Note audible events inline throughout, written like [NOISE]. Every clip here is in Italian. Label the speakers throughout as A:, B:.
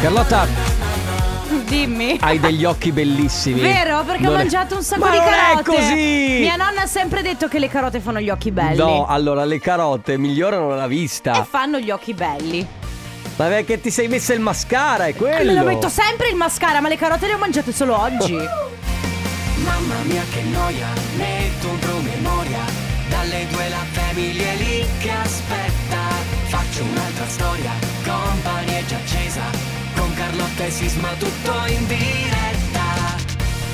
A: Carlotta,
B: Dimmi.
A: hai degli occhi bellissimi.
B: Vero? Perché
A: Non
B: ho
A: è-
B: mangiato un sacco
A: Ma
B: di
A: non
B: carote.
A: È così!
B: Mia nonna ha sempre detto che le carote fanno gli occhi belli. Eh.
A: No, allora le carote migliorano la
B: E
A: vista.
B: fanno gli occhi belli.
A: Ma perché ti sei messa il mascara, è quello.
B: Me lo metto sempre il mascara, ma le carote le ho mangiate
A: [LAUGHS]
B: solo oggi.
C: Mamma mia che noia, metto un promemoria. Dalle due la famiglia è lì che aspetta. Faccio un'altra storia, company è già accesa. Con Carlotta e Sisma tutto in diretta.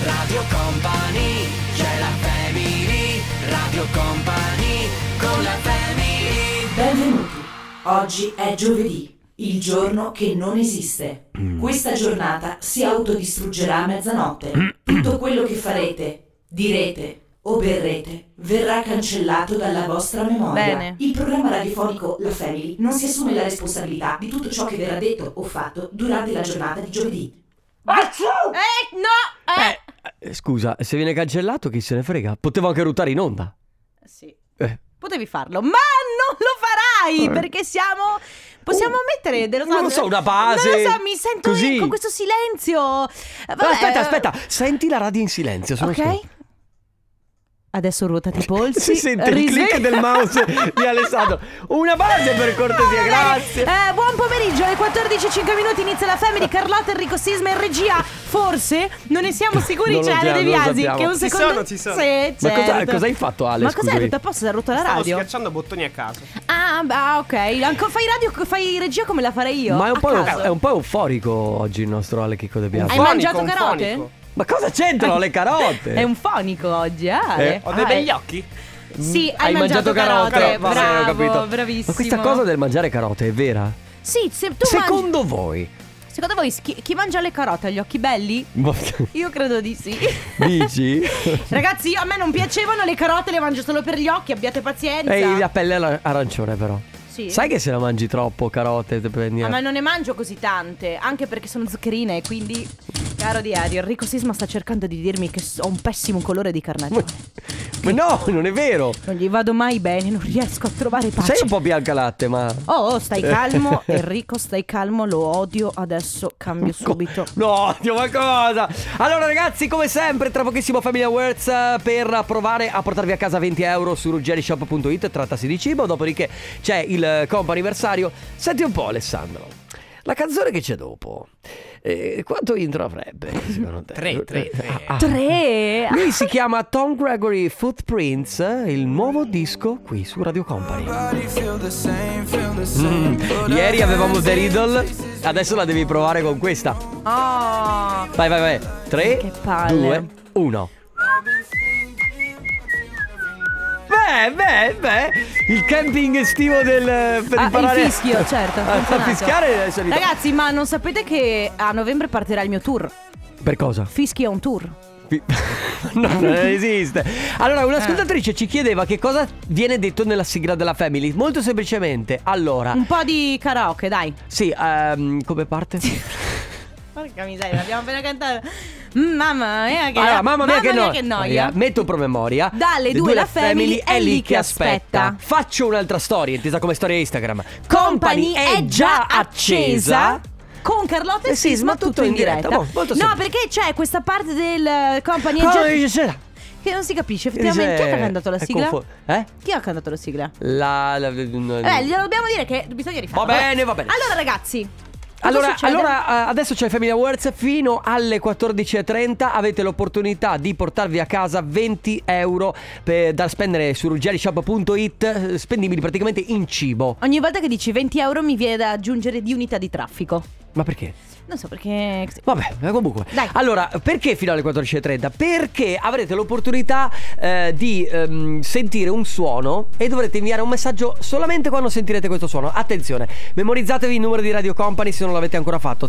C: Radio Company, c'è la family. Radio Company, con la family.
D: Benvenuti. Oggi è giovedì, il giorno che non esiste. Questa giornata si autodistruggerà a mezzanotte. Tutto quello che farete, direte o berrete verrà cancellato dalla vostra memoria.
B: Bene.
D: Il programma radiofonico La Family non si assume la responsabilità di tutto ciò che verrà detto o fatto durante la giornata di giovedì.
B: eh, no! Eh.
A: Eh, Scusa, se viene cancellato chi se ne frega? Potevo anche ruttare in onda.
B: Sì.
A: Eh.
B: Potevi farlo, ma non lo farai perché siamo. Possiamo mettere dello
A: Oh. non lo so, una base,
B: Non lo so, mi sento
A: così.
B: con questo silenzio. Eh, vabbè,
A: aspetta,
B: eh,
A: aspetta, senti la radio in silenzio. Sono
B: Ok. Adesso ruotati i polsi.
A: [LAUGHS] Si sente il
B: risve-
A: click del mouse
B: [LAUGHS]
A: di Alessandro. Una base per cortesia,
B: Va bene.
A: grazie.
B: Eh, buon pomeriggio, alle 14.05 minuti inizia la
A: [LAUGHS]
B: family Carlotta Enrico Sisma in regia. Forse non ne siamo sicuri,
A: Non lo
B: c'è Ale
A: sappiamo,
B: De
A: non lo
B: Biasi
A: sappiamo.
B: che un
E: Ci
B: secondo
E: sono, ci sono.
B: Sì,
A: Ma cosa-
B: certo.
A: cosa hai fatto, Ale,
B: Ma cos'è
A: scusami?
B: tutto a posto? Si è rotto la
E: Stavo
B: radio.
E: schiacciando bottoni a caso.
B: Ah, ah, ok. Anco- fai radio, fai regia come la farei io.
A: Ma è un,
B: a
A: po',
B: caso.
A: è un po' euforico oggi il nostro Ale Chicco De Biasi.
B: Hai
E: Fonico,
B: mangiato
E: un
B: carote?
E: fonico.
A: Ma cosa c'entrano le carote?
B: È un fonico oggi, eh. Ale?
E: Ho
B: Ah,
E: dei begli
B: eh.
E: occhi?
B: Sì, hai,
A: Mm. Hai mangiato
B: carote.
A: carote, va bene, ho
B: Bravo,
A: capito.
B: bravissimo.
A: Ma questa cosa del mangiare carote è vera?
B: Sì, se tu mangi-
A: Secondo voi? [LAUGHS]
B: Secondo voi chi, chi mangia le carote ha gli occhi belli? Io credo di sì.
A: Dici?
B: [LAUGHS] Ragazzi, io- a me non piacevano le carote, le mangio solo per gli occhi, abbiate pazienza.
A: Hai la pelle ara- arancione però.
B: Esatto. Sì.
A: Sai che se la mangi troppo carote te prendi...
B: Ah, ma non ne mangio così tante, anche perché sono zuccherine, quindi caro diario, Enrico Sisma sta cercando di dirmi che so- ho un pessimo colore di
A: Ma-
B: carnagione.
A: [LAUGHS] Ma no, non è vero.
B: Non gli vado mai bene, non riesco a trovare pace.
A: Sei un po' Eh. biancalatte, ma...
B: Oh, oh,
A: [LAUGHS]
B: stai calmo, Enrico, stai calmo, lo odio, adesso cambio subito.
A: [LAUGHS] No, Dio, ma cosa? Allora, ragazzi, come sempre, tra pochissimo Family Awards eh, per provare a portarvi a casa 20 euro su ruggerishop.it. Trattasi di cibo. Dopodiché c'è il eh, compo anniversario. Senti un po', Alessandro. La canzone che c'è dopo, eh, quanto intro avrebbe? Secondo te?
E: Tre, tre, tre.
A: Ah, ah.
B: Tre!
A: Lui si chiama Tom Gregory Footprints, eh, il nuovo disco qui su Radio Company. Mm, Ieri avevamo The Riddle, adesso la devi provare con questa.
B: Oh!
A: Vai, vai, vai. 3,
B: Che palle.
A: 2, 1. Beh, beh, beh. Il camping estivo del. eh, per
B: Ah,
A: imparare. [LAUGHS]
B: il fischio, certo. ha
A: a- A
B: funzionato.
A: fischiare adesso è arrivato.
B: Ragazzi, ma non sapete che a novembre partirà il mio tour?
A: Per cosa?
B: Fischi è un tour.
A: Fi- [LAUGHS] No,
B: [LAUGHS]
A: non esiste.
B: Eh.
A: Allora, un'ascoltatrice ci chiedeva che cosa viene detto nella sigla della Family. Molto semplicemente, allora.
B: Un po' di karaoke, dai.
A: Sì, ehm, come parte? [LAUGHS]
B: Porca miseria, l'abbiamo appena cantata. Mm, Mamma mia che
A: Allora, mamma mia, che, no-
B: noia.
A: Metto un promemoria.
B: Dalle
A: Le
B: due la family
A: è lì che aspetta. Faccio un'altra storia, intesa come storia Instagram.
B: Company è già accesa. Con Carlotta e
A: Eh sì,
B: Sisma
A: ma
B: tutto in diretta.
A: Boh, molto
B: no,
A: semplice.
B: perché c'è questa parte del eh, Company è
A: Come
B: già
A: dice c'era?
B: che non si capisce effettivamente chi è che ha cantato la
A: È
B: sigla?
A: confo- eh?
B: Chi ha cantato la sigla?
A: La, la- no, no.
B: Beh, Eh, glielo dobbiamo dire che bisogna rifarlo.
A: Va bene, va bene.
B: Allora, ragazzi. cosa
A: Allora,
B: succede?
A: allora, eh, adesso c'è Family Awards fino alle 14.30 avete l'opportunità di portarvi a casa 20 euro per- da spendere su ruggerishop.it eh, spendibili praticamente in cibo.
B: Ogni volta che dici 20 euro mi viene da aggiungere di unità di traffico.
A: Ma perché?
B: Non so perché.
A: Vabbè, eh, comunque.
B: Dai.
A: Allora, perché fino alle 14.30? Perché avrete l'opportunità eh, di ehm, sentire un suono e dovrete inviare un messaggio solamente quando sentirete questo suono. Attenzione, memorizzatevi il numero di Radio Company se non l'avete ancora fatto.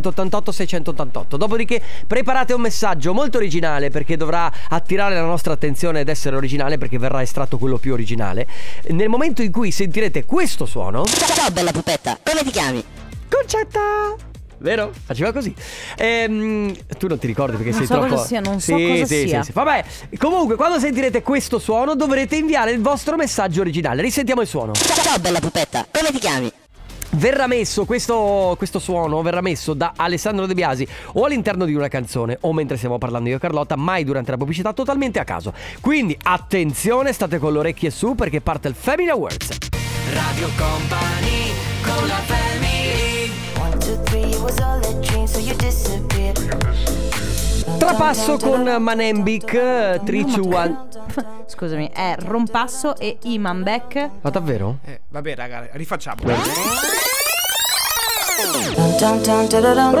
A: 333-2688-688. Dopodiché preparate un messaggio molto originale perché dovrà attirare la nostra attenzione ed essere originale perché verrà estratto quello più originale. Nel momento in cui sentirete questo suono...
F: Ciao bella pupetta, come ti chiami?
A: Concetta! Vero? Faceva così. Ehm, tu non ti ricordi perché
B: Non
A: sei
B: so
A: troppo.
B: cosa sia, non so
A: Sì,
B: cosa
A: sì,
B: sia.
A: Sì, sì. Vabbè, comunque, quando sentirete questo suono, dovrete inviare il vostro messaggio originale. Risentiamo il suono.
F: Ciao bella pupetta, come ti chiami?
A: verrà messo questo, questo suono verrà messo da Alessandro De Biasi o all'interno di una canzone o mentre stiamo parlando io e Carlotta, mai durante la pubblicità, totalmente a caso. Quindi attenzione, state con le orecchie su perché parte il Family Awards.
C: Radio Company con la family
E: One, two, three, it was all a dream, so you disappeared.
A: Trapasso con Manembik eh, 321.
B: Scusami, è Rompasso e Iman Beck.
A: Ma davvero?
G: Eh, vabbè, raga, rifacciamo.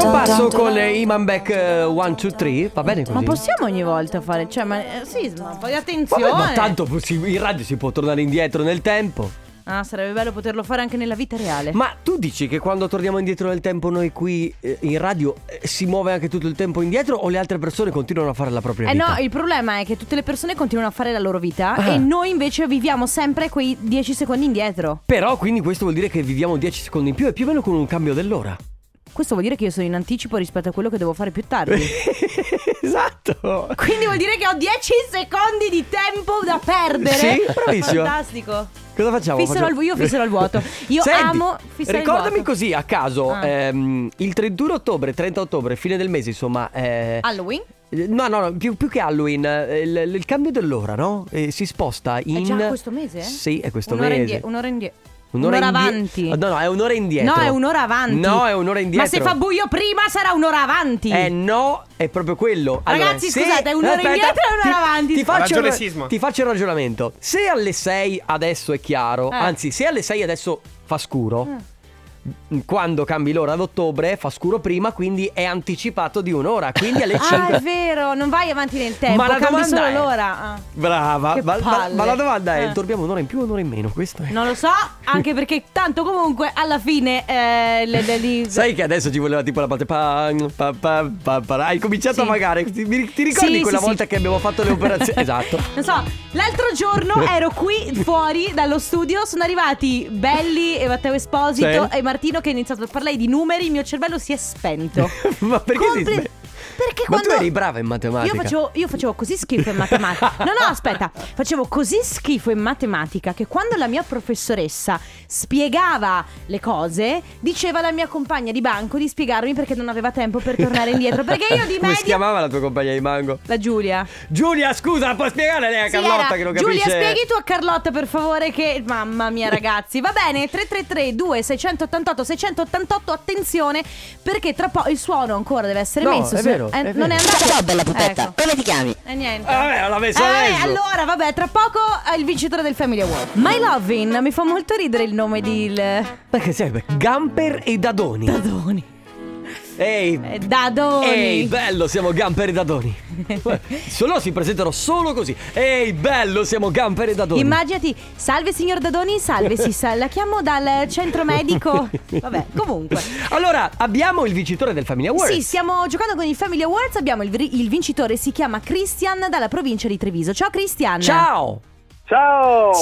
A: Rompasso con le Iman Beck eh, 1 2 3, va bene così.
B: Ma possiamo ogni volta fare? Cioè, ma eh, sì, ma poi attenzione.
A: Vabbè, ma tanto si- in radio si può tornare indietro nel tempo.
B: Ah, sarebbe bello poterlo fare anche nella vita reale.
A: Ma tu dici che quando torniamo indietro nel tempo noi qui eh, in radio eh, si muove anche tutto il tempo indietro o le altre persone continuano a fare la propria
B: Eh
A: vita? Eh.
B: no, il problema è che tutte le persone continuano a fare la loro vita e noi invece viviamo sempre quei 10 secondi indietro.
A: Però quindi questo vuol dire che viviamo 10 secondi in più e più o meno con un cambio dell'ora.
B: Questo vuol dire che io sono in anticipo rispetto a quello che devo fare più tardi.
A: [LAUGHS] esatto.
B: Quindi vuol dire che ho 10 secondi di tempo da perdere.
A: Sì, bravissimo.
B: Fantastico.
A: Cosa facciamo?
B: Fissero
A: Facciamo-
B: al vu- io fissero al vuoto. Io
A: Senti,
B: amo fissare al
A: Ricordami
B: vuoto.
A: così a caso,
B: Ah.
A: ehm, il 31 ottobre, 30 ottobre, fine del mese, insomma. eh,
B: Halloween?
A: No, no, no, più, più che Halloween, eh, il, il cambio dell'ora, no? Eh, si sposta in...
B: È già questo mese?
A: Sì, è questo
B: un'ora
A: mese.
B: indie- un'ora indietro.
A: Un'ora indie-
B: avanti.
A: No, no, è un'ora indietro.
B: No, è un'ora avanti.
A: No, è un'ora indietro.
B: Ma se fa buio prima sarà un'ora avanti.
A: Eh no, è proprio quello.
B: Ragazzi, scusate, è un'ora indietro e un'ora
A: ti-
B: avanti.
A: Ti
B: Ha
A: faccio,
G: ragione
A: il-
G: Sisma.
A: ti faccio il ragionamento. Se alle 6 adesso è chiaro,
B: Eh.
A: anzi, se alle 6 adesso fa scuro,
B: Mm.
A: m- quando cambi l'ora ad ottobre fa scuro prima, quindi è anticipato di un'ora. Quindi alle 5.
B: Ah, è vero, non vai avanti nel tempo,
A: cioè Ma la
B: cambi
A: domanda
B: solo
A: è-
B: l'ora. Ah.
A: Brava,
B: Che
A: ma, ma-
B: palle.
A: ma la domanda è:
B: Eh.
A: dormiamo un'ora in più o un'ora in meno? Questo è.
B: Non lo so, anche perché tanto comunque alla fine eh, le, le- le-
A: Sai che adesso ci voleva tipo la parte pan, pa, pa, pa, pa- hai cominciato
B: Sì.
A: a vagare. Ti, mi- ti ricordi
B: Sì,
A: quella
B: sì,
A: volta
B: sì.
A: che abbiamo fatto le
B: [LAUGHS]
A: operazioni? esatto. [LAUGHS]
B: Non so, l'altro giorno ero qui fuori dallo studio, sono arrivati Belli e Matteo Esposito
A: Sì.
B: e Martino che hanno iniziato a parlare di numeri, il mio cervello si è spento.
A: Ma [LAUGHS] perché si
B: Compli-
A: sme-
B: Perché
A: Ma
B: quando...
A: tu eri brava in matematica.
B: Io facevo, io facevo così schifo in matematica. No, no, aspetta. Facevo così schifo in matematica che quando la mia professoressa spiegava le cose, diceva alla mia compagna di banco di spiegarmi perché non aveva tempo per tornare indietro. Perché io
A: [LAUGHS]
B: di
A: Come si
B: media.
A: chiamava la tua compagna di mango?
B: La Giulia.
A: Giulia, scusa, la puoi spiegare lei a
B: Sì,
A: Carlotta
B: era.
A: che non
B: Giulia,
A: capisce?
B: spieghi tu a Carlotta per favore che...
A: [LAUGHS]
B: Mamma mia ragazzi. Va bene, 333-2688-688, attenzione perché tra poco il suono ancora deve essere
A: No,
B: messo.
A: è
B: se-
A: vero,
B: eh,
A: è
B: non
A: vero.
B: è andato...
F: Ciao bella pupetta,
B: Ecco.
F: come ti chiami?
B: E niente.
A: Ah, vabbè, l'ha messo
B: Eh,
A: adesso.
B: allora, vabbè, tra poco eh, il vincitore del Family Award. My Lovin, mi fa molto ridere il nome di il...
A: Ma che serve? Gamper e Dadoni.
B: [LAUGHS] Dadoni.
A: Ehi.
B: Eh, Dadoni.
A: Ehi, bello, siamo Gamper e
B: [LAUGHS]
A: Dadoni. solo si presentano solo così. Ehi, bello, siamo Gamper e Dadoni.
B: Immaginati, salve signor Dadoni, salve, si sa, la chiamo dal centro medico.
A: [LAUGHS]
B: Vabbè, comunque.
A: Allora, abbiamo il vincitore del Family Awards.
B: Sì, stiamo giocando con il Family Awards, abbiamo il, vri- il vincitore, si chiama Christian dalla provincia di Treviso. Ciao Christian.
A: Ciao.
H: Ciao!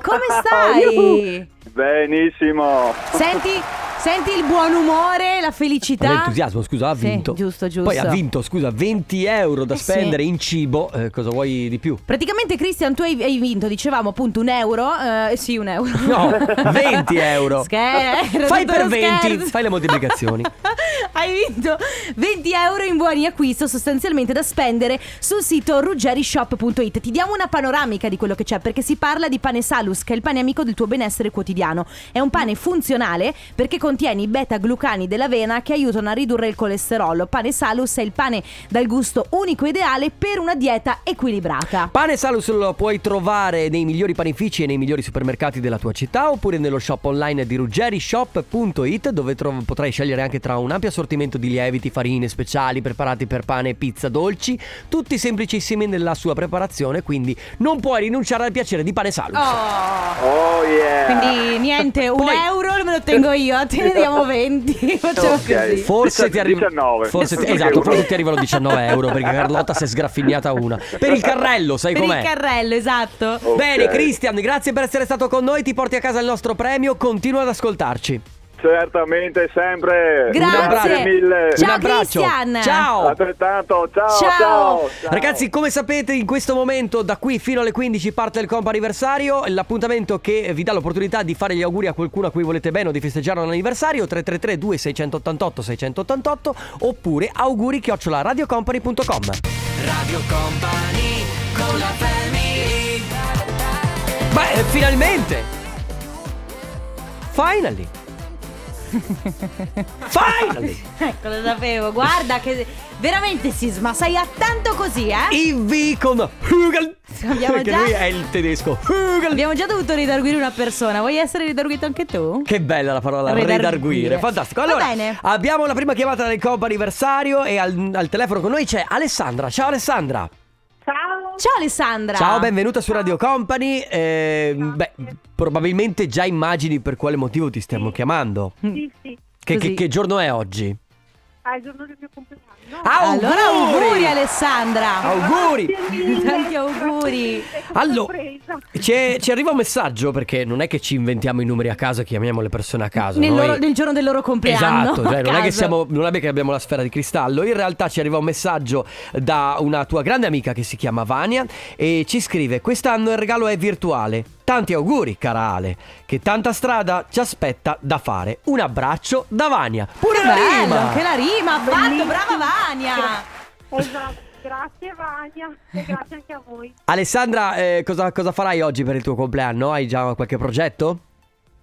A: [LAUGHS]
B: come stai?
H: Benissimo!
B: senti, senti il buon umore, la felicità.
A: L'entusiasmo, scusa, ha
B: Sì,
A: vinto.
B: giusto, giusto.
A: Poi ha vinto, scusa, 20 euro da
B: Eh sì.
A: spendere in cibo. Eh, cosa vuoi di più?
B: Praticamente, Cristian, tu hai, hai vinto, dicevamo appunto un euro. eh, sì, un euro.
A: [LAUGHS] No, 20 euro.
B: Scher- era
A: Fai
B: tutto
A: per
B: uno
A: 20,
B: scherzo.
A: fai le moltiplicazioni.
B: [LAUGHS] hai vinto 20 euro in buoni acquisto, sostanzialmente da spendere sul sito ruggerishop.it. Ti diamo una panoramica di quello che c'è, perché si parla di pane salus, che è il pane amico del tuo benessere quotidiano. È un pane funzionale perché contiene i beta-glucani dell'avena che aiutano a ridurre il colesterolo. Pane salus è il pane dal gusto unico e ideale per una dieta equilibrata.
A: Pane Salus lo puoi trovare nei migliori panifici e nei migliori supermercati della tua città oppure nello shop online di ruggerishop.it dove tro- potrai scegliere anche tra un ampio assortimento di lieviti, farine speciali preparati per pane e pizza dolci, tutti semplicissimi nella sua preparazione, quindi non puoi rinunciare al piacere di Pane Salus.
B: Oh!
H: Oh yeah!
B: Quindi niente, un
A: Eh. Poi-
B: euro me lo tengo io, te ne diamo 20. [LAUGHS] Facciamo
H: Ok.
B: così.
A: Forse
H: Dician-
A: ti arriva
H: 19.
A: Forse ti-
H: Perché
A: esatto,
H: uno-
A: forse ti arrivano 19 euro perché Carlotta si è sgraffignata una. Per il carrello, sai
B: Per
A: com'è?
B: il carrello, esatto.
H: Ok.
A: Bene, Christian, grazie per essere stato con noi. Ti porti a casa il nostro premio. Continua ad ascoltarci.
H: Certamente, sempre.
B: Grazie.
H: mille.
B: Ciao,
A: Un abbraccio.
B: Christian.
A: Ciao.
H: Altrettanto, ciao,
B: Ciao.
H: ciao.
A: Ragazzi, come sapete, in questo momento, da qui fino alle 15, parte il comp anniversario. L'appuntamento che vi dà l'opportunità di fare gli auguri a qualcuno a cui volete bene o di festeggiare un anniversario: 333-2688-688 oppure auguri radiocompany.com.
C: Radio Company con la family
A: Beh, eh, finalmente!
B: [LAUGHS]
A: Finally! Finally!
B: Ecco, lo sapevo. Guarda che veramente sisma, sei attanto così, eh?
A: IV con Hugel!
B: Abbiamo
A: Che
B: già-
A: lui è il tedesco. Hugel!
B: Abbiamo già dovuto ridarguire una persona. Vuoi essere ridarguito anche tu?
A: Che bella la parola
B: Redarguire.
A: redarguire. Fantastico.
B: Va
A: Allora,
B: bene.
A: abbiamo la prima chiamata del comp anniversario e al, al telefono con noi c'è Alessandra. Ciao Alessandra.
B: Ciao Alessandra.
A: Ciao, benvenuta su Radio Company. Eh, beh, probabilmente già immagini per quale motivo ti stiamo chiamando.
I: Sì, sì,
A: Che,
B: Così.
A: che- che giorno è oggi?
I: è il giorno del mio compleanno.
A: Auguri!
B: Allora auguri Alessandra.
A: Ah, Auguri!
B: Tanti auguri.
A: Allora,
I: sorpresa.
A: c'è- ci arriva un messaggio perché non è che ci inventiamo i numeri a caso e chiamiamo le persone a caso.
B: Nel,
A: Noi-
B: loro- nel giorno del loro compleanno.
A: Esatto,
B: [LAUGHS]
A: cioè, non è che
B: Caso.
A: siamo, non è che abbiamo la sfera di cristallo. In realtà ci arriva un messaggio da una tua grande amica che si chiama Vania e ci scrive: Quest'anno il regalo è virtuale. Tanti auguri, cara Ale, che tanta strada ci aspetta da fare. Un abbraccio da Vania. Pure
B: Che
A: la
B: bello,
A: rima!
B: che la rima ha fatto,
I: Bellissimo.
B: brava Vania.
I: Esatto, grazie Vania e grazie anche a voi.
A: Alessandra, eh, cosa, cosa farai oggi per il tuo compleanno? Hai già qualche progetto?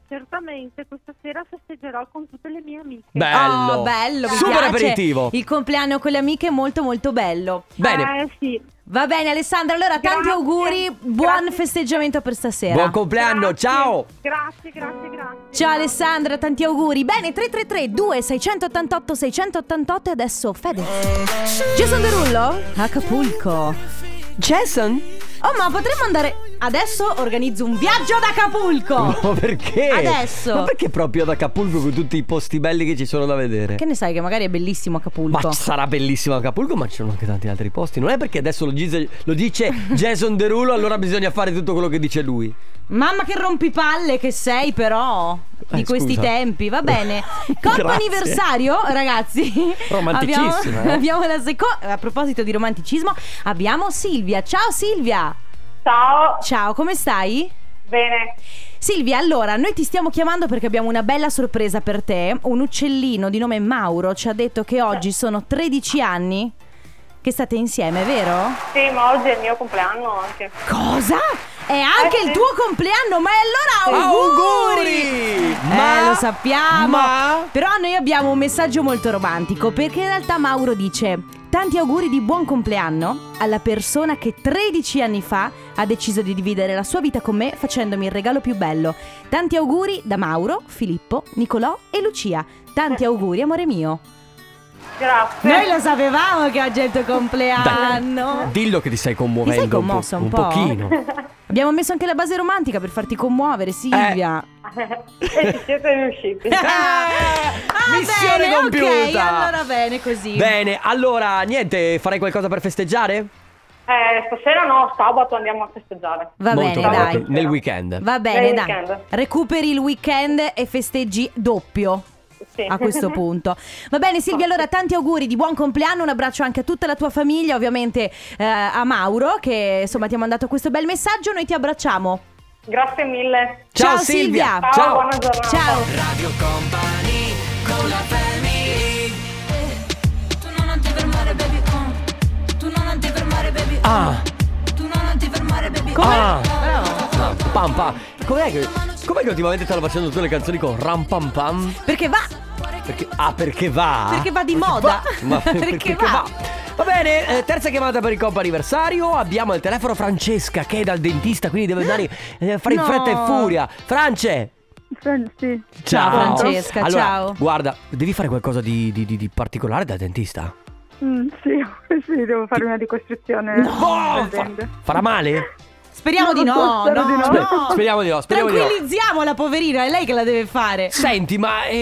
I: Certamente questa sera festeggerò con tutte le mie amiche. Ah,
A: Bello!
B: Oh, bello, mi
A: Super
B: piace.
A: aperitivo!
B: Il compleanno con le amiche è molto molto bello.
A: Bene.
I: Eh sì,
B: Va bene Alessandra, allora tanti
I: Grazie.
B: auguri, buon
I: Grazie.
B: festeggiamento per stasera.
A: Buon compleanno,
I: grazie.
A: ciao! [LAUGHS]
I: Grazie, grazie, grazie.
B: Ciao Alessandra, tanti auguri. Bene, 333 2688 688 e adesso Fede. Jason Derullo? Acapulco.
A: Jason?
B: Oh, ma potremmo andare Adesso organizzo un viaggio ad
A: [LAUGHS]
B: Acapulco.
A: Ma perché?
B: Adesso.
A: Ma perché proprio ad Acapulco con tutti i posti belli che ci sono da vedere?
B: Che ne sai che magari è bellissimo
A: Ma
B: Acapulco.
A: ci sarà bellissimo Acapulco, ma ci sono anche tanti altri posti. Non è perché adesso lo, dice- lo
B: [LAUGHS]
A: dice Jason Derulo, allora bisogna fare tutto quello che dice lui.
B: Mamma che rompipalle che sei però di
A: Eh,
B: questi
A: scusa.
B: tempi,
A: [LAUGHS]
B: va bene. Corpo
A: Grazie.
B: anniversario, ragazzi.
A: Romanticissima,
B: Abbiamo,
A: eh.
B: abbiamo la seconda. A proposito di romanticismo, abbiamo Silvia. Ciao Silvia.
I: Ciao,
B: Ciao, come stai?
I: bene.
B: Silvia, allora, noi ti stiamo chiamando perché abbiamo una bella sorpresa per te. Un uccellino di nome Mauro ci ha detto che oggi sono 13 anni che state insieme, vero?
I: Sì, ma oggi è il mio compleanno anche.
B: Cosa? È anche il tuo compleanno, ma e allora
A: Eh. Auguri!
B: eh, lo sappiamo.
A: Ma
B: Però noi abbiamo un messaggio molto romantico perché in realtà Mauro dice: Tanti auguri di buon compleanno alla persona che 13 anni fa ha deciso di dividere la sua vita con me facendomi il regalo più bello. Tanti auguri da Mauro, Filippo, Nicolò e Lucia.
A: Eh.
B: Tanti auguri, amore mio.
I: Grazie.
B: Noi lo sapevamo che oggi è il tuo compleanno.
A: dillo che ti stai
B: Ti
A: commuovendo.
B: sei
A: un po',
B: Oh. commossa un, po'?
A: pochino.
B: Abbiamo messo anche la base romantica per farti commuovere,
A: Eh,
B: Silvia.
I: [LAUGHS] e ci siete
A: [LAUGHS]
I: riusciti.
B: [LAUGHS] Ah,
A: Missione
B: bene, Ok,
A: compiuta.
B: allora bene così.
A: Bene, allora niente, farai qualcosa per festeggiare?
I: Eh, stasera no, sabato andiamo a festeggiare.
B: Va
A: Molto
B: bene,
A: bene,
B: dai.
A: Nel weekend.
B: Va bene,
I: Bel
B: dai.
I: weekend.
B: Recuperi il weekend e festeggi doppio.
I: Sì.
B: A
I: [LAUGHS]
B: questo punto va bene, Silvia. Allora, tanti auguri di buon compleanno. Un abbraccio anche a tutta la tua famiglia, ovviamente eh, a Mauro, che insomma ti ha mandato questo bel messaggio. Noi ti abbracciamo.
I: Grazie mille.
A: Ciao,
B: Silvia.
A: Silvia. Ciao.
I: buona giornata.
B: Ciao.
C: Radio Company con la family
E: Tu no, non ti fermare, baby, oh. Tu no, non ti fermare, baby, oh.
A: Ah,
E: Tu no, non ti fermare, baby, oh.
A: ah. Pam pam. Com'è che, com'è che ultimamente stanno facendo tutte le canzoni con ram pam pam?
B: Perché va,
A: Perché, ah, perché va?
B: perché va di [LAUGHS] moda.
A: Ma
B: perché, va.
A: Va bene, eh, terza chiamata per il compo anniversario. Abbiamo al telefono Francesca che è dal dentista, quindi deve andare eh, fare in
B: No.
A: fretta e furia. France!
I: Sì.
A: Ciao,
B: Francesca,
A: Allora,
B: ciao.
A: Guarda, devi fare qualcosa di, di- di- di particolare da dentista.
I: Mm, sì, [LAUGHS] sì, devo fare una ricostruzione.
A: Oh, fa- farà male?
B: Speriamo di no.
I: spero di
B: no,
I: no.
B: no.
A: Speriamo di no, speriamo di no.
B: Tranquillizziamo la poverina, è lei che la deve fare.
A: Senti, ma eh,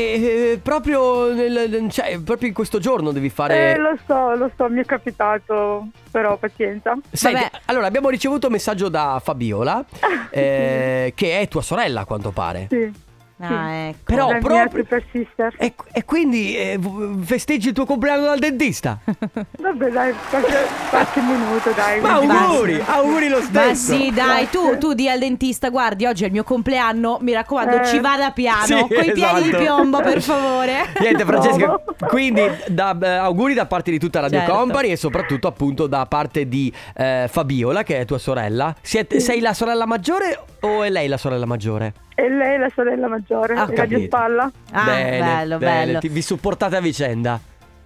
A: eh, proprio, nel- cioè, proprio in questo giorno devi fare.
I: Eh, lo so, lo so, mi è capitato, però pazienza.
A: Senti,
B: Vabbè.
A: allora abbiamo ricevuto un messaggio da Fabiola, eh, che è tua sorella a quanto pare.
I: Ah. Sì,
B: Ah, ecco.
A: Però
I: Dai,
A: proprio...
I: grazie per sister.
A: E, e quindi eh, v- festeggi il tuo compleanno dal dentista.
I: Vabbè, dai, qualche, qualche minuto, dai.
A: Ma auguri, auguri lo
B: Ma
A: stesso.
B: sì, dai, tu,
I: Grazie.
B: tu di al dentista, guardi, oggi è il mio compleanno, mi raccomando,
I: Eh.
B: ci vada piano,
A: Sì,
B: coi piedi di
A: esatto.
B: piombo, per favore.
A: [LAUGHS] Niente Francesca,
I: Bravo.
A: quindi da- eh, auguri da parte di tutta Radio
B: Certo.
A: Company e soprattutto appunto da parte di eh, Fabiola che è tua sorella. Siete- sei la sorella maggiore o è lei la sorella maggiore?
I: E lei è la sorella maggiore,
A: Ah, ho
I: Radio
A: capito.
I: Spalla,
B: Ah, bello, bello.
A: Ti- vi supportate a vicenda.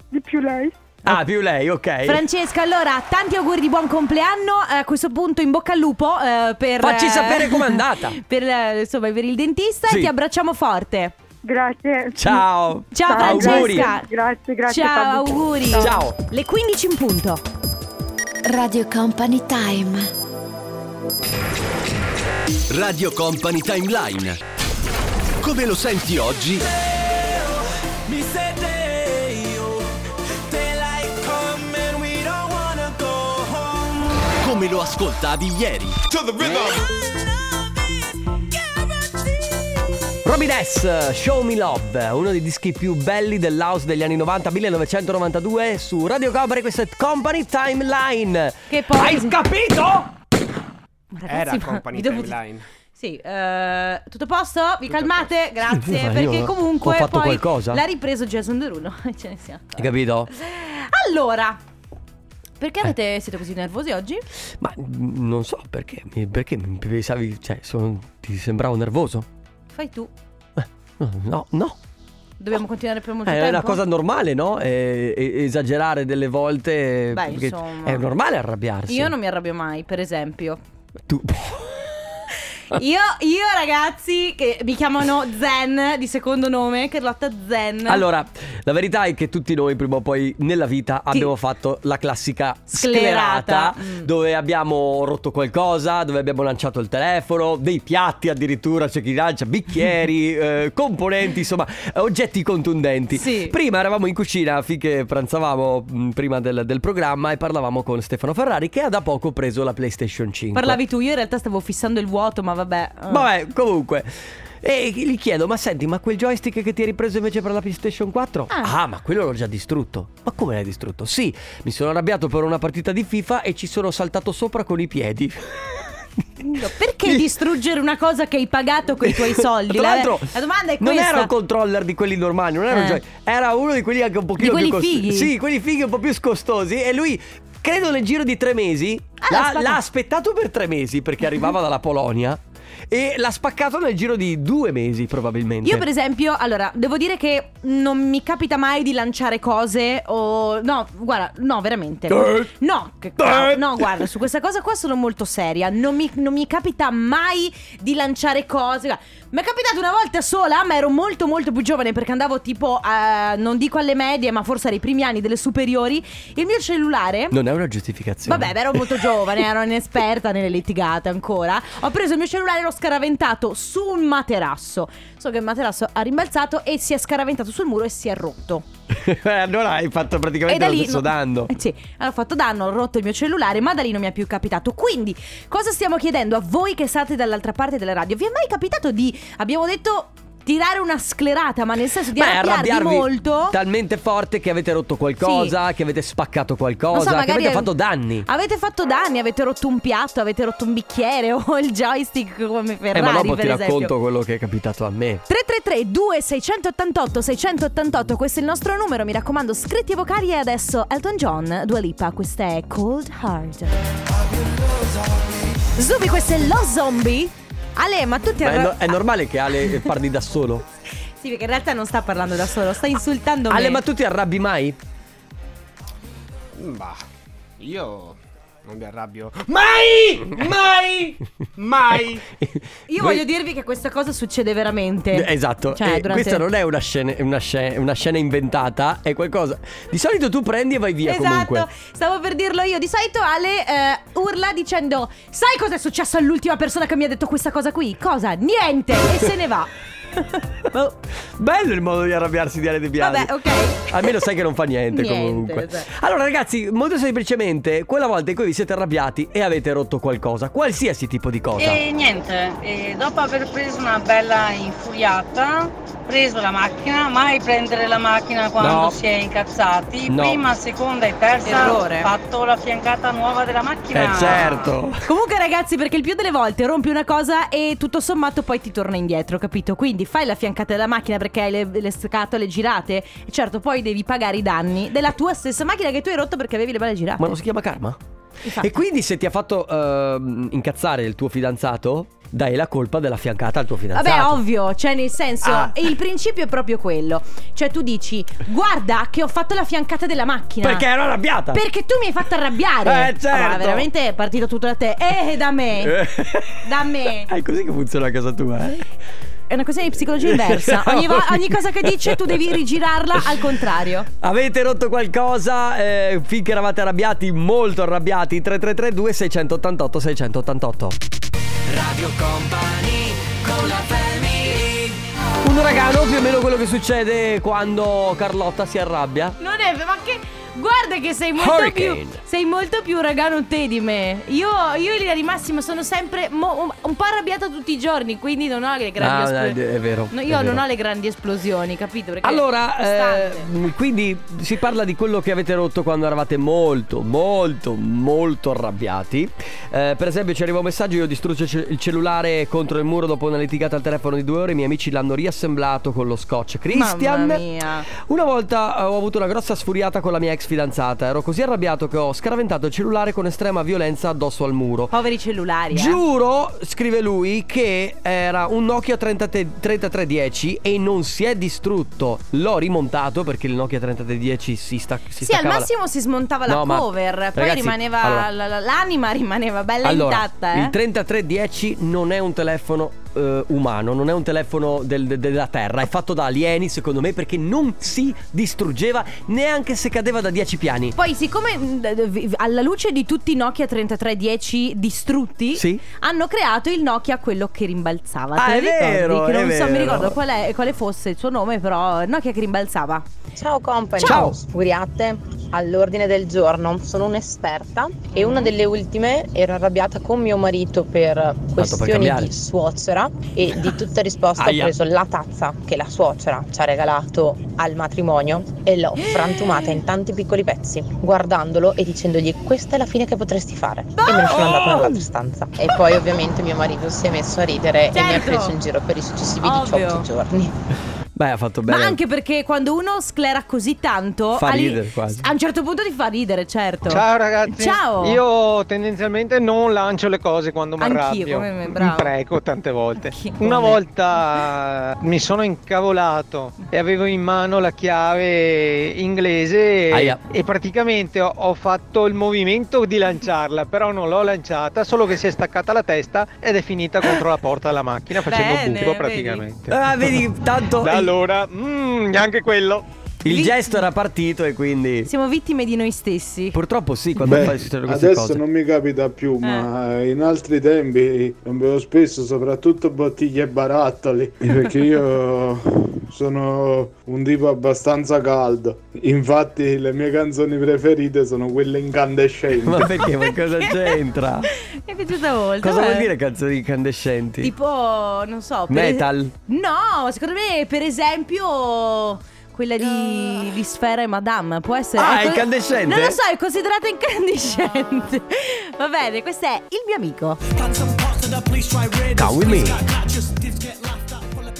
I: di più lei.
A: Ah, più lei, ok.
B: Francesca, allora, tanti auguri di buon compleanno. eh, A questo punto, in bocca al lupo. eh, per,
A: Facci
B: eh,
A: sapere com'è andata.
B: [LAUGHS] Per, eh, insomma, per il dentista.
A: Sì.
B: E ti abbracciamo forte.
I: Grazie.
A: Ciao.
B: Ciao, Francesca.
A: auguri.
I: Grazie, grazie.
B: Ciao,
I: Fabio.
B: auguri.
A: Ciao.
B: Le 15 in punto.
E: Radio Company Time.
J: Radio Company Timeline. Come lo senti oggi? Come lo ascoltavi ieri?
A: Robin S, Show Me Love, uno dei dischi più belli dell'house degli anni 90, 1992, su Radio Company, questa è Company Timeline.
B: Che poi-
A: Hai capito?
B: Ma
G: Era
B: ma
G: Company
B: vi devo-
G: Timeline.
B: Sì, eh, tutto a posto? Vi calmate? Grazie.
A: Ma io
B: perché comunque
A: ho fatto
B: poi
A: qualcosa?
B: l'ha ripreso Jason Derulo. [LAUGHS] e Ce ne siamo.
A: Hai capito?
B: Allora, perché
A: Eh.
B: avete- siete così nervosi oggi?
A: Ma mm, non so perché, mi- perché mi pensavi, cioè, sono- ti sembravo nervoso?
B: Fai tu.
A: No, no, no.
B: Dobbiamo continuare per molto
A: Eh,
B: tempo.
A: è una cosa normale, no? Eh, eh, esagerare delle volte.
B: Beh,
A: perché
B: insomma.
A: È normale arrabbiarsi.
B: Io non mi arrabbio mai, per esempio. [LAUGHS]
A: Tu... [LAUGHS] Ah.
B: Io, io, ragazzi, che mi chiamano Zen di secondo nome, Carlotta Zen.
A: Allora, la verità è che tutti noi prima o poi nella vita abbiamo fatto la classica sclerata,
B: Sclerata. Mm.
A: dove abbiamo rotto qualcosa, dove abbiamo lanciato il telefono, dei piatti addirittura, c'è chi lancia
B: [LAUGHS]
A: bicchieri, eh, componenti, insomma, eh, oggetti contundenti.
B: Sì.
A: Prima eravamo in cucina finché pranzavamo mh, prima del, del programma e parlavamo con Stefano Ferrari che ha da poco preso la PlayStation 5.
B: Parlavi tu, io in realtà stavo fissando il vuoto, ma vabbè. eh.
A: Ah. Vabbè, comunque. E gli chiedo, ma senti, ma quel joystick che ti hai ripreso invece per la PlayStation 4?
B: Ah.
A: ma quello l'ho già distrutto. Ma come l'hai distrutto? Sì, mi sono arrabbiato per una partita di FIFA e ci sono saltato sopra con i piedi. [LAUGHS]
B: Perché distruggere una cosa che hai pagato con
A: [LAUGHS]
B: i tuoi soldi?
A: Tra
B: La-
A: l'altro,
B: la, domanda è
A: non
B: questa.
A: era un controller di quelli normali, non era un
B: Eh.
A: joy- era uno di quelli anche un pochino
B: quelli
A: più costosi.
B: fighi?
A: Sì, quelli fighi un po' più scostosi. E lui, credo nel giro di tre mesi,
B: Ah, l'ha
A: l'ha,
B: spaccato.
A: l'ha aspettato per tre mesi perché arrivava dalla Polonia. E l'ha spaccato nel giro di due mesi, probabilmente. Eh.
B: Io per esempio, allora, devo dire che non mi capita mai di lanciare cose o... No, guarda, no, veramente.
A: Eh?
B: No, che
A: Eh?
B: no, guarda, su questa cosa qua sono molto seria. Non mi, non mi capita mai di lanciare cose. Guarda, Mi è capitato una volta sola, ma ero molto molto più giovane perché andavo tipo, a- non dico alle medie, ma forse ai primi anni delle superiori. Il mio cellulare...
A: Non è una giustificazione.
B: Vabbè, beh, ero
A: [LAUGHS]
B: molto giovane, ero inesperta nelle litigate ancora. Ho preso il mio cellulare e l'ho scaraventato su un materasso. So che il materasso ha rimbalzato e si è scaraventato sul muro e si è rotto.
A: allora Eh, hai fatto
B: E
A: praticamente
B: da
A: lo
B: lì.
A: stesso
B: no-
A: danno.
B: Eh Sì, hanno fatto danno, ho rotto il mio cellulare, ma da lì non mi è più capitato. Quindi, cosa stiamo chiedendo a voi che state dall'altra parte della radio? Vi è mai capitato di. Abbiamo detto. Tirare una sclerata, ma nel senso di
A: Beh,
B: arrabbiarvi
A: arrabbiarvi
B: molto.
A: talmente forte che avete rotto qualcosa, che avete spaccato
B: Non so,
A: qualcosa, che
B: magari
A: avete fatto danni.
B: Avete fatto danni, avete rotto un piatto, avete rotto un bicchiere [LAUGHS] o il joystick come Ferrari,
A: eh, ma dopo
B: per
A: ti
B: esempio.
A: racconto quello che è capitato a me.
B: 333 2688 688 questo è il nostro numero, mi raccomando, scritti e vocali e adesso Elton John, Dua Lipa, questa è Cold Heart. Zubi, questo è Lo Zombie. Ale, ma tu ti
A: Ma è,
B: arra-
A: no- è normale che
B: [LAUGHS]
A: Ale parli da solo.
B: Sì, perché in realtà non sta parlando da solo, sta insultando me.
A: Ale, ma tu ti arrabbi mai?
G: Bah, io non mi arrabbio. Mai!
E: [LAUGHS]
G: Mai! Mai!
B: Io
A: [LAUGHS] Voi-
B: voglio dirvi che questa cosa succede veramente.
A: Eh, Esatto,
B: Cioè,
A: Eh,
B: durante-
A: questa non è una scena, una, scena, una scena inventata, è qualcosa. Di solito tu prendi e vai via
B: Esatto,
A: comunque.
B: stavo per dirlo io. Di solito Ale eh,
A: [LAUGHS]
B: urla dicendo: Sai cosa è successo all'ultima persona che mi ha detto questa cosa qui? Cosa? Niente! E se ne va.
A: Ma- [LAUGHS] Bello il modo di arrabbiarsi di Ale De Biasi.
B: Oh. Vabbè, ok.
A: Almeno sai che non fa niente,
B: Niente, esatto.
A: comunque.
B: sai.
A: Allora, ragazzi, molto semplicemente, quella volta in cui vi siete arrabbiati e avete rotto qualcosa, qualsiasi tipo di cosa.
B: Eh,
K: E niente, e dopo aver preso una bella infuriata, preso la macchina, mai prendere la macchina quando
A: No.
K: si è incazzati,
A: No.
K: prima, seconda e terza,
B: Errore.
K: fatto la fiancata nuova della macchina.
A: Eh, certo.
B: Comunque ragazzi, perché il più delle volte rompi una cosa e tutto sommato poi ti torna indietro, capito? Quindi fai la fiancata della macchina perché hai le, le scatole girate e certo poi devi pagare i danni della tua stessa macchina che tu hai rotto perché avevi le balle girate.
A: Ma non si chiama karma?
B: Infatti.
A: E quindi se ti ha fatto ehm, incazzare il tuo fidanzato, dai la colpa della fiancata al tuo fidanzato.
B: Vabbè, ovvio, cioè nel senso,
A: Ah.
B: il principio è proprio quello. Cioè tu dici, guarda che ho fatto la fiancata della macchina.
A: Perché ero arrabbiata. [LAUGHS]
B: Perché tu mi hai fatto arrabbiare.
A: Eh, certo.
B: Ma veramente è partito tutto da te. Eh, da me. da me.
A: È così che funziona a casa tua, eh?
B: È una questione di psicologia
A: [LAUGHS]
B: inversa. Ogni, vo- ogni cosa che dice tu devi rigirarla al contrario.
A: Avete rotto qualcosa eh, finché eravate arrabbiati, molto arrabbiati. 3332 688 688.
C: Radio Company con la family
A: Un uragano, più o meno quello che succede quando Carlotta si arrabbia.
B: Non è vero, ma che. Guarda che sei molto
A: Hurricane.
B: più. Sei molto più uragano te di me. Io, io in linea di massima sono sempre mo- un po' arrabbiata tutti i giorni, quindi non ho le grandi
A: Ah,
B: esplosioni.
A: è vero, è
B: io non
A: vero.
B: ho le grandi esplosioni, capito? Perché
A: Allora, eh,
B: Costante.
A: quindi si parla di quello che avete rotto quando eravate molto, molto, molto arrabbiati. Eh, per esempio, ci arriva un messaggio: io distruggo ce- il cellulare contro il muro dopo una litigata al telefono di due ore. I miei amici l'hanno riassemblato con lo scotch. Christian.
B: Mamma mia.
A: Una volta eh, ho avuto una grossa sfuriata con la mia ex fidanzata. Ero così arrabbiato che ho scaraventato il cellulare con estrema violenza addosso al muro.
B: Poveri cellulari. eh.
A: Giuro, scrive lui, che era un Nokia 30 3310 e non si è distrutto. L'ho rimontato perché il Nokia 3310 si sta si
B: Sì, al
A: staccava la-
B: massimo si smontava la
A: No, ma-
B: cover, poi
A: ragazzi,
B: rimaneva
A: allora-
B: la- la- l'anima rimaneva bella
A: allora,
B: intatta, eh.
A: il 3310 non è un telefono eh, umano, non è un telefono del- de- della Terra, è fatto da alieni secondo me perché non si distruggeva neanche se cadeva da 10 piani.
B: Poi, siccome mh, d- d- vi- alla luce di tutti i Nokia 3310 distrutti,
A: Sì.
B: hanno creato il Nokia quello che rimbalzava.
A: Ah,
B: Te
A: è
B: lo ricordi?
A: vero,
B: Che
A: è
B: non so, mi
A: vero.
B: ricordo qual è- quale fosse il suo nome, però Nokia che rimbalzava.
L: Ciao company,
A: Ciao.
L: Sfuriate all'ordine del giorno. Sono un'esperta e una delle ultime ero arrabbiata con mio marito per questioni
A: cambiare.
L: di suocera e di tutta risposta
A: Aia.
L: ho preso la tazza che la suocera ci ha regalato al matrimonio
B: [GASPS]
L: e l'ho frantumata in tanti piccoli pezzi, guardandolo e dicendogli questa è la fine che potresti fare. E me ne sono andata nell'altra stanza. E poi ovviamente mio marito si è messo a ridere e mi ha
B: Certo.
L: preso in giro per i successivi
B: Ovvio.
L: 18 giorni.
A: Beh, ha fatto bene.
B: Ma anche perché quando uno sclera così tanto,
A: Fa
B: a lì-
A: ridere quasi.
B: a un certo punto ti fa ridere, certo.
M: Ciao ragazzi.
B: Ciao.
M: Io tendenzialmente non lancio le cose quando mi
B: Anch'io,
M: arrabbio.
B: come me, bravo.
M: mi prego tante volte.
B: Chione.
M: Una volta mi sono incavolato e avevo in mano la chiave inglese e-
A: Aia.
M: e praticamente ho, ho fatto il movimento di lanciarla, però non l'ho lanciata, solo che si è staccata la testa ed è finita contro la porta della macchina facendo
B: Bene,
M: buco
B: vedi?
M: praticamente.
A: Ah, vedi, tanto
M: Da
A: il,
M: allora, mm, neanche quello.
A: il
B: Lì-
A: gesto era partito e quindi
B: Siamo vittime di noi stessi.
A: purtroppo sì, quando
N: Beh,
A: fai succedono queste
N: adesso
A: cose.
N: non mi capita più, ma
B: Eh.
N: in altri tempi rompevo spesso, soprattutto bottiglie
A: [LAUGHS]
N: e barattoli, perché io sono un tipo abbastanza caldo. Infatti le mie canzoni preferite sono quelle incandescenti.
A: Ma perché? Ma
B: [LAUGHS]
A: cosa c'entra?
B: Mi è piaciuta molto.
A: Cosa
B: eh.
A: vuol dire canzoni incandescenti?
B: Tipo, non so. per-
A: Metal.
B: No, secondo me, per esempio, quella di, di Sfera e Madame può essere.
A: Ah, è
B: co-
A: incandescente?
B: Non lo so, è
A: [LAUGHS]
B: considerata incandescente. Va bene, questo è il mio amico.
A: Come with me.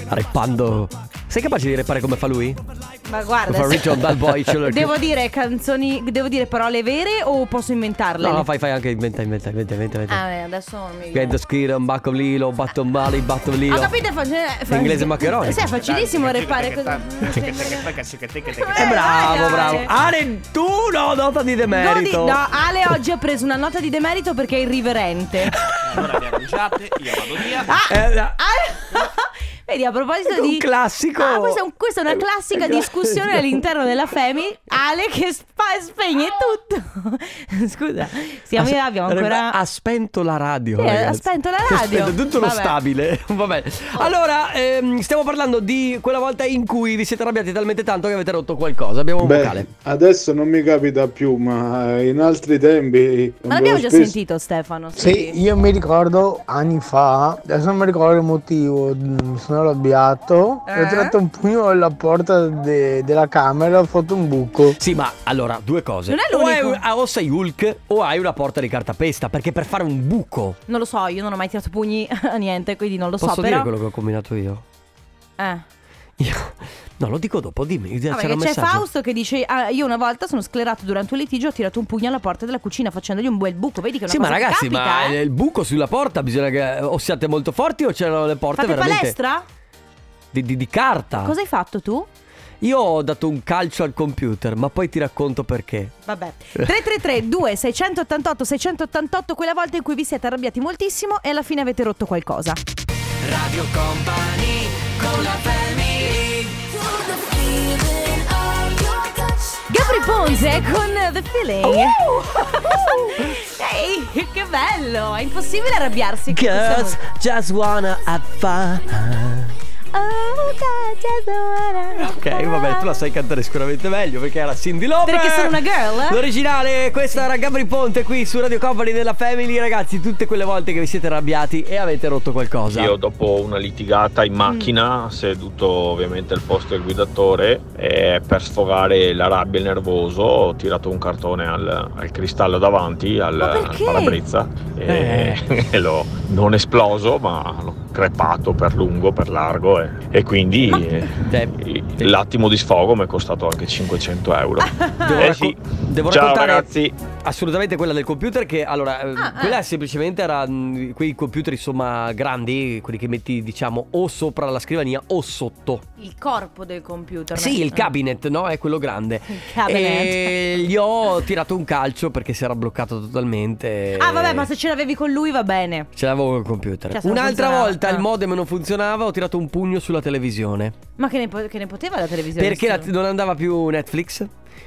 A: Reppando. Sei capace di repare come fa lui?
B: Ma
A: Come fa
B: guarda.
A: Richard
B: se- [LAUGHS]
A: Balboa. ce lo-
B: Devo dire canzoni, devo dire parole vere o posso inventarle?
A: No, no, fai, fai anche. Inventa, inventa, inventa, inventa.
B: Ah,
A: inventa.
B: beh, adesso non mi
A: Get
B: viene.
A: the skill, un bacco lilo, batto male, batto lilo.
B: Ho capito, fa- fa-
A: Inglese maccheroni.
B: Sì, è facilissimo repare così. [LAUGHS]
A: Eh, bravo,
B: dai.
A: bravo. Ale, tu no, nota di
B: Godi-
A: demerito.
B: no, Ale oggi ha preso una nota di demerito perché è irriverente.
G: Allora vi arrangiate, io vado via.
B: Ah, [LAUGHS]
A: Eh, no.
B: ah, Vedi, a proposito
A: un
B: di...
A: classico.
B: Ah, questa è, un- questa è una classica discussione all'interno della Femi. Ale che spa- spegne tutto. [LAUGHS] Scusa, siamo in
A: As-
B: rabbia ancora...
A: Ha spento la radio.
B: Sì, ha
A: ragazzi.
B: spento la radio.
A: Ha spento tutto lo
B: Vabbè. Oh.
A: stabile. [LAUGHS] Vabbè. Allora, ehm, stiamo parlando di quella volta in cui vi siete arrabbiati talmente tanto che avete rotto qualcosa. Abbiamo un vocale.
N: Beh, adesso non mi capita più, ma in altri tempi...
B: Ma l'abbiamo già
N: spesso-
B: sentito Stefano.
O: Sì, io mi ricordo anni fa, adesso non mi ricordo il motivo, mm, mi sono arrabbiato e ho tirato un pugno alla porta de- della camera e ho fatto un buco.
A: Sì, ma allora, due cose.
B: Non è
A: o, hai,
B: l'unico.
A: ah, o sei Hulk o hai una porta di cartapesta. Perché per fare un buco.
B: Non lo so, io non ho mai tirato pugni a niente, quindi non lo
A: posso
B: so,
A: dire
B: però...
A: quello che ho combinato io?
B: Eh.
A: [LAUGHS] No, lo dico dopo, dimmi.
B: Ah,
A: c'era
B: perché
A: un
B: c'è
A: messaggio.
B: Fausto che dice: "Ah, Io una volta sono sclerato durante un litigio, ho tirato un pugno alla porta della cucina facendogli un bel buco. Vedi che è una
A: Sì, ma
B: cosa che
A: ragazzi,
B: capita,
A: ma
B: eh?
A: il buco sulla porta bisogna che o siate molto forti o c'erano le porte
B: Fate
A: veramente Ah.
B: palestra?
A: Di, di- di carta.
B: Cosa hai fatto tu?
A: Io ho dato un calcio al computer, ma poi ti racconto perché.
B: Vabbè. 333 2688 688 quella volta in cui vi siete arrabbiati moltissimo e alla fine avete rotto qualcosa.
C: Radio Company con la family.
B: Gabri Ponze con The Feeling.
A: Uh-huh.
B: Ehi, che bello! È impossibile arrabbiarsi con questa
A: Girls
B: musica.
A: just wanna have fun.
B: Oh, God, just wanna-
A: Ok, vabbè, tu la sai cantare sicuramente meglio perché era Cindy Lauper.
B: Perché sono una girl, eh?
A: L'originale, questa era Gabri Ponte qui su Radio Company della Family, ragazzi, tutte quelle volte che vi siete arrabbiati e avete rotto qualcosa.
P: Io dopo una litigata in macchina, seduto ovviamente al posto del guidatore, eh, per sfogare la rabbia e il nervoso ho tirato un cartone al, al cristallo davanti, al, al parabrezza e,
A: Eh.
P: e [LAUGHS] l'ho non esploso ma l'ho crepato per lungo, per largo e, e quindi eh, l'attimo di sfogo mi è costato anche 500 euro.
A: Ah, Devo,
P: Eh
A: racco-
P: sì.
A: devo
P: Ciao,
A: raccontare
P: ragazzi.
A: assolutamente quella del computer che allora eh,
B: Ah,
A: quella
B: ah.
A: semplicemente era mh, quei computer insomma grandi, quelli che metti diciamo o sopra la scrivania o sotto.
B: Il corpo del computer. Eh.
A: Sì, il cabinet, no? È quello grande. Il
B: cabinet.
A: E gli ho tirato un calcio perché si era bloccato totalmente.
B: Ah, vabbè, ma se ce l'avevi con lui va bene.
A: Ce l'avevo col computer.
B: Cioè, se non
A: Un'altra
B: funzionava,
A: volta
B: no.
A: il modem non funzionava, ho tirato un pugno sulla televisione.
B: Ma che ne, po- che ne poteva la televisione?
A: Perché la-
B: Sì.
A: non andava più Netflix?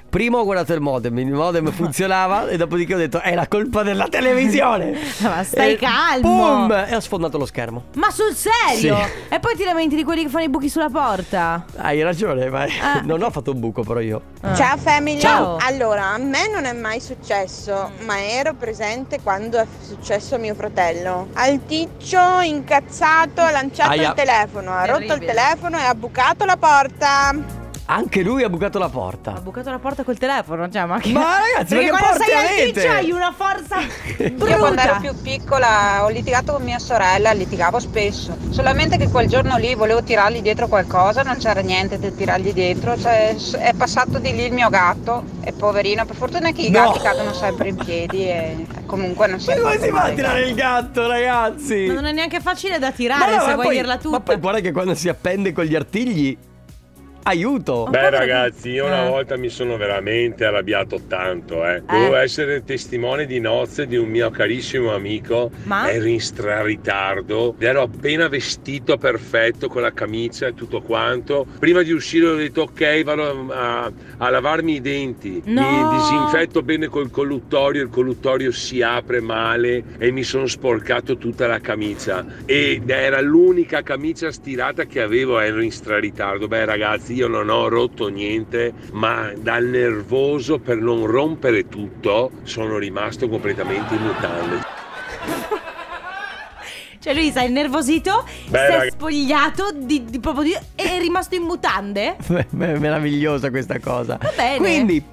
A: Prima ho guardato il modem, il
B: [LAUGHS]
A: modem funzionava e dopodiché ho detto è la colpa della televisione.
B: [LAUGHS] Ma stai
A: E
B: calmo.
A: boom! E ho sfondato lo schermo.
B: Ma sul serio?
A: Sì.
B: E poi ti lamenti di quelli che fanno i buchi sulla porta?
A: Hai ragione, ma
B: Ah.
A: [LAUGHS] non ho fatto un buco però io.
Q: Ciao famiglia!
A: Ciao.
Q: Allora, a me non è mai successo,
K: Mm.
Q: ma ero presente quando è successo a mio fratello. Al ticcio incazzato
K: Mm.
Q: ha lanciato
A: Aia.
Q: il telefono, ha rotto il
B: Terribile.
Q: telefono e ha bucato la porta.
A: Anche lui ha bucato la porta.
B: Ha bucato la porta col telefono, cioè, ma che...
A: Ma ragazzi,
B: perché
A: ma che
B: quando
A: porte
B: sei al
A: avete?
B: ticcio hai
A: [LAUGHS]
B: una forza
K: Io quando ero
B: bruta.
K: più piccola ho litigato con mia sorella, litigavo spesso, solamente che quel giorno lì volevo tirargli dietro qualcosa, non c'era niente da tirargli dietro, cioè s- è passato di lì il mio gatto e poverino, per fortuna che i
A: No.
K: gatti cadono sempre in piedi e comunque non si è
A: Ma come
K: fatto
A: si fa a
K: male.
A: tirare il gatto, ragazzi?
B: Ma non è neanche facile da
A: Ma
B: tirare
A: no,
B: se
A: ma
B: vuoi
A: poi-
B: dirla tu.
A: Ma poi guarda che quando si appende con gli artigli. Aiuto!
R: Beh ragazzi, io
B: Eh.
A: eh.
R: una volta mi sono veramente arrabbiato tanto, eh. Dovevo essere testimone di nozze di un mio carissimo amico.
S: Ma?
R: Ero in straritardo, ed ero appena vestito perfetto con la camicia e tutto quanto. Prima di uscire ho detto ok, vado a, a lavarmi i denti,
S: No.
R: mi disinfetto bene col colluttorio, il colluttorio si apre male e mi sono sporcato tutta la camicia. Ed era l'unica camicia stirata che avevo, ero in straritardo. Beh ragazzi, io non ho rotto niente, ma dal nervoso per non rompere tutto sono rimasto completamente in mutande.
B: Cioè lui si è innervosito,
R: Beh,
B: si è
R: raga-
B: spogliato di, di- proprio di- e è rimasto in mutande.
A: Beh, beh, meravigliosa questa cosa. Va
B: bene.
A: Quindi,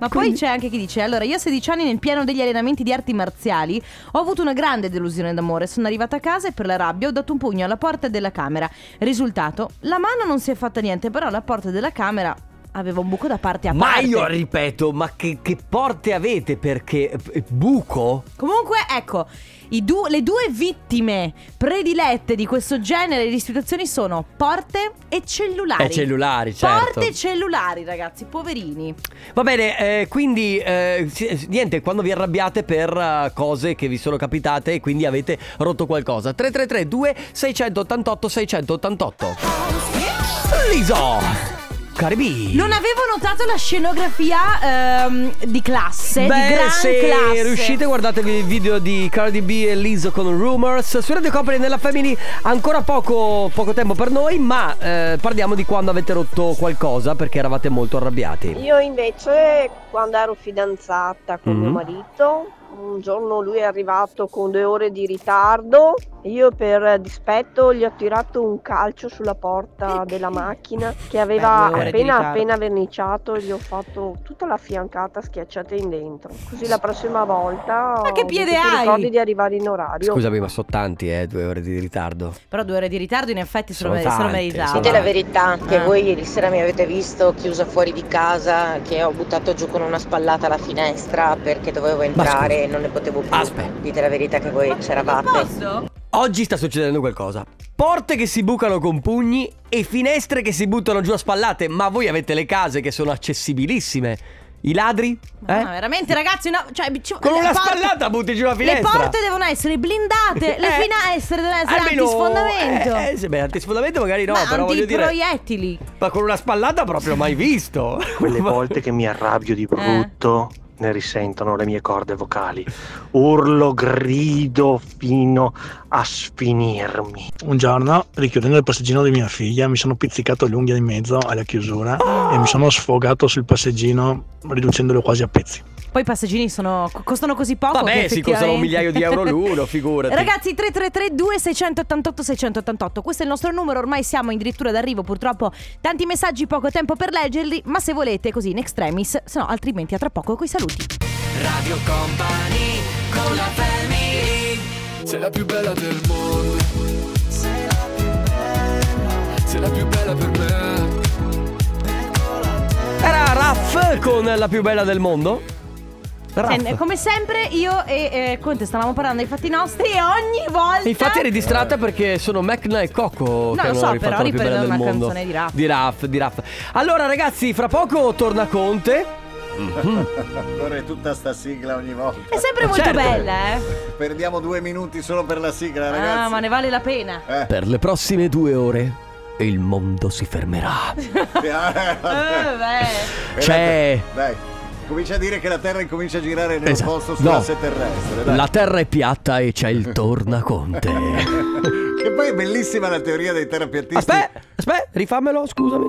B: Ma poi c'è anche chi dice: Allora, io a 16 anni, nel piano degli allenamenti di arti marziali, ho avuto una grande delusione d'amore. Sono arrivata a casa e per la rabbia ho dato un pugno alla porta della camera. Risultato: la mano non si è fatta niente, però la porta della camera aveva un buco da parte a
A: Ma
B: parte.
A: io ripeto, ma che, che porte avete? Perché eh, buco?
B: Comunque, ecco, i du- le due vittime predilette di questo genere di situazioni sono porte e cellulari.
A: E Eh, cellulari, certo.
B: Ah, Porte e cellulari, ragazzi, poverini.
A: Va bene, eh, quindi eh, si- niente, quando vi arrabbiate per eh, cose che vi sono capitate e quindi avete rotto qualcosa. 333 2688 688 Liso! Caribi!
B: Non avevo notato la scenografia ehm, di classe,
A: Beh,
B: di gran
A: se
B: classe.
A: riuscite guardatevi il video di Cardi B e Lizzo con Rumors su Radio Company nella Family ancora poco, poco tempo per noi ma eh, parliamo di quando avete rotto qualcosa perché eravate molto arrabbiati
S: Io invece, quando ero fidanzata con mio
A: Mhm.
S: marito, un giorno lui è arrivato con due ore di ritardo. Io per dispetto gli ho tirato un calcio sulla porta della macchina che aveva
T: Beh, due ore di
S: appena
T: ritardo.
S: appena verniciato e gli ho fatto tutta la fiancata schiacciata in dentro. Così la prossima volta
B: Ma che
S: ho detto,
B: piede
S: "Ti
B: hai?"
S: ricordi di arrivare in orario.
A: Scusami ma sono tanti eh, due ore di ritardo
B: Però due ore di ritardo in effetti sono,
A: Sono
B: mer- sono
A: tante,
B: meritate.
A: sono
L: Dite la
A: tante.
L: verità, che
B: Ah.
L: voi ieri sera mi avete visto chiusa fuori di casa, che ho buttato giù con una spallata la finestra perché dovevo entrare e non ne potevo più. Dite la verità che voi c'eravate.
A: Oggi sta succedendo qualcosa. Porte che si bucano con pugni e finestre che si buttano giù a spallate, ma voi avete le case che sono accessibilissime. I ladri? Eh?
B: No, veramente ragazzi, no, cioè, ci-
A: Con
B: le
A: una
B: porte-
A: spallata butti giù la
B: Le
A: finestra.
B: porte devono essere blindate, le
A: [LAUGHS] Eh,
B: finestre devono essere
A: Almeno-
B: antisfondamento.
A: Eh, eh, sì, beh, antisfondamento magari no,
B: ma
A: però voglio dire.
B: antiproiettili.
A: Ma con una spallata proprio mai visto.
U: [LAUGHS] Quelle volte che mi arrabbio di brutto ne risentono le mie corde vocali. Urlo, grido fino a sfinirmi.
V: Un giorno, richiudendo il passeggino di mia figlia, mi sono pizzicato l'unghia in mezzo alla chiusura e mi sono sfogato sul passeggino, riducendolo quasi a pezzi.
B: Poi i passeggini sono, co- costano così poco.
A: Vabbè,
B: che
A: sì, costano un
B: effettivamente-
A: migliaio di euro
B: [LAUGHS]
A: l'uno, figurati.
B: Ragazzi 333 2688 688 Questo è il nostro numero Ormai siamo addirittura d'arrivo Purtroppo tanti messaggi Poco tempo per leggerli Ma se volete così in extremis Se no altrimenti a tra poco coi saluti
C: Radio Company con la family Sei la più bella del mondo Sei la più bella Sei la più bella per me
A: Era Raff con la più bella del mondo. Raff.
B: Sen- Come sempre io e eh, Conte stavamo parlando dei fatti nostri E ogni volta
A: Infatti eri distratta perché sono Mecna e Coco
B: No,
A: che
B: lo
A: hanno
B: so,
A: rifatto
B: però
A: la più bella
B: riprendono
A: del
B: una
A: mondo.
B: canzone di Raff.
A: Di Raff, di Raff. Allora ragazzi, fra poco torna Conte.
W: Corre tutta sta sigla ogni volta.
B: È sempre molto
W: Certo.
B: bella eh
W: Perdiamo due minuti solo per la sigla,
B: Ah
W: ragazzi. Eh,
B: ma ne vale la pena
A: Per le prossime due ore il mondo si fermerà.
W: [LAUGHS]
B: Eh, beh.
A: C'è
W: Dai, comincia a dire che la Terra incomincia a girare nello
A: Esatto.
W: posto
A: No.
W: sull'asse terrestre. Dai.
A: la terra è piatta e c'è il tornaconte.
W: Che poi è bellissima la teoria dei terapeutisti.
A: Aspetta, aspetta, rifammelo, scusami.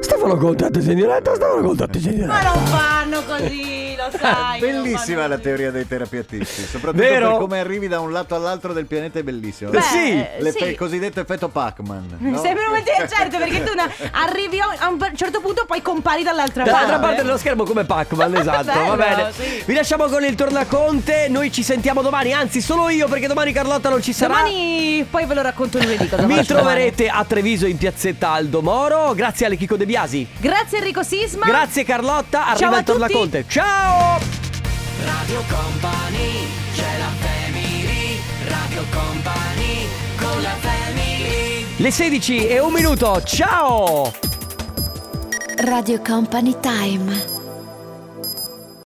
A: Stefano Conte, attenzione in diretta, Stefano Conte, attenzione in diretta.
B: Ma non fanno così, lo sai
W: Eh, Bellissima la teoria dei terapeutisti,
B: [LAUGHS]
W: soprattutto
A: Vero?
W: per come arrivi da un lato all'altro del pianeta è bellissimo.
B: Beh, Sì. eh,
W: Le-
B: sì.
W: Il cosiddetto effetto Pac-Man.
B: Mi
W: no?
B: Sembra un certo, perché tu una- arrivi a un- a un per- certo punto poi compari dall'altra parte.
A: Dall'altra parte dello schermo come
B: [LAUGHS]
A: Pac-Man, esatto, va
B: Bello,
A: bene.
B: sì.
A: Vi lasciamo con il tornaconte, noi ci sentiamo domani, anzi solo io perché domani Carlotta non ci sarà.
B: Domani poi ve lo racconto lunedì cosa
A: Mi
B: faccio domani.
A: troverete a Treviso in piazzetta Aldo Moro, grazie alle Chico De Biasi.
B: Grazie Enrico Sisma.
A: Grazie Carlotta,
B: Ciao
A: arriva
B: a
A: il tornaconte. Ciao!
C: Radio Company c'è la family Radio Company con la family
A: Le 16 e un minuto, ciao!
X: Radio Company Time.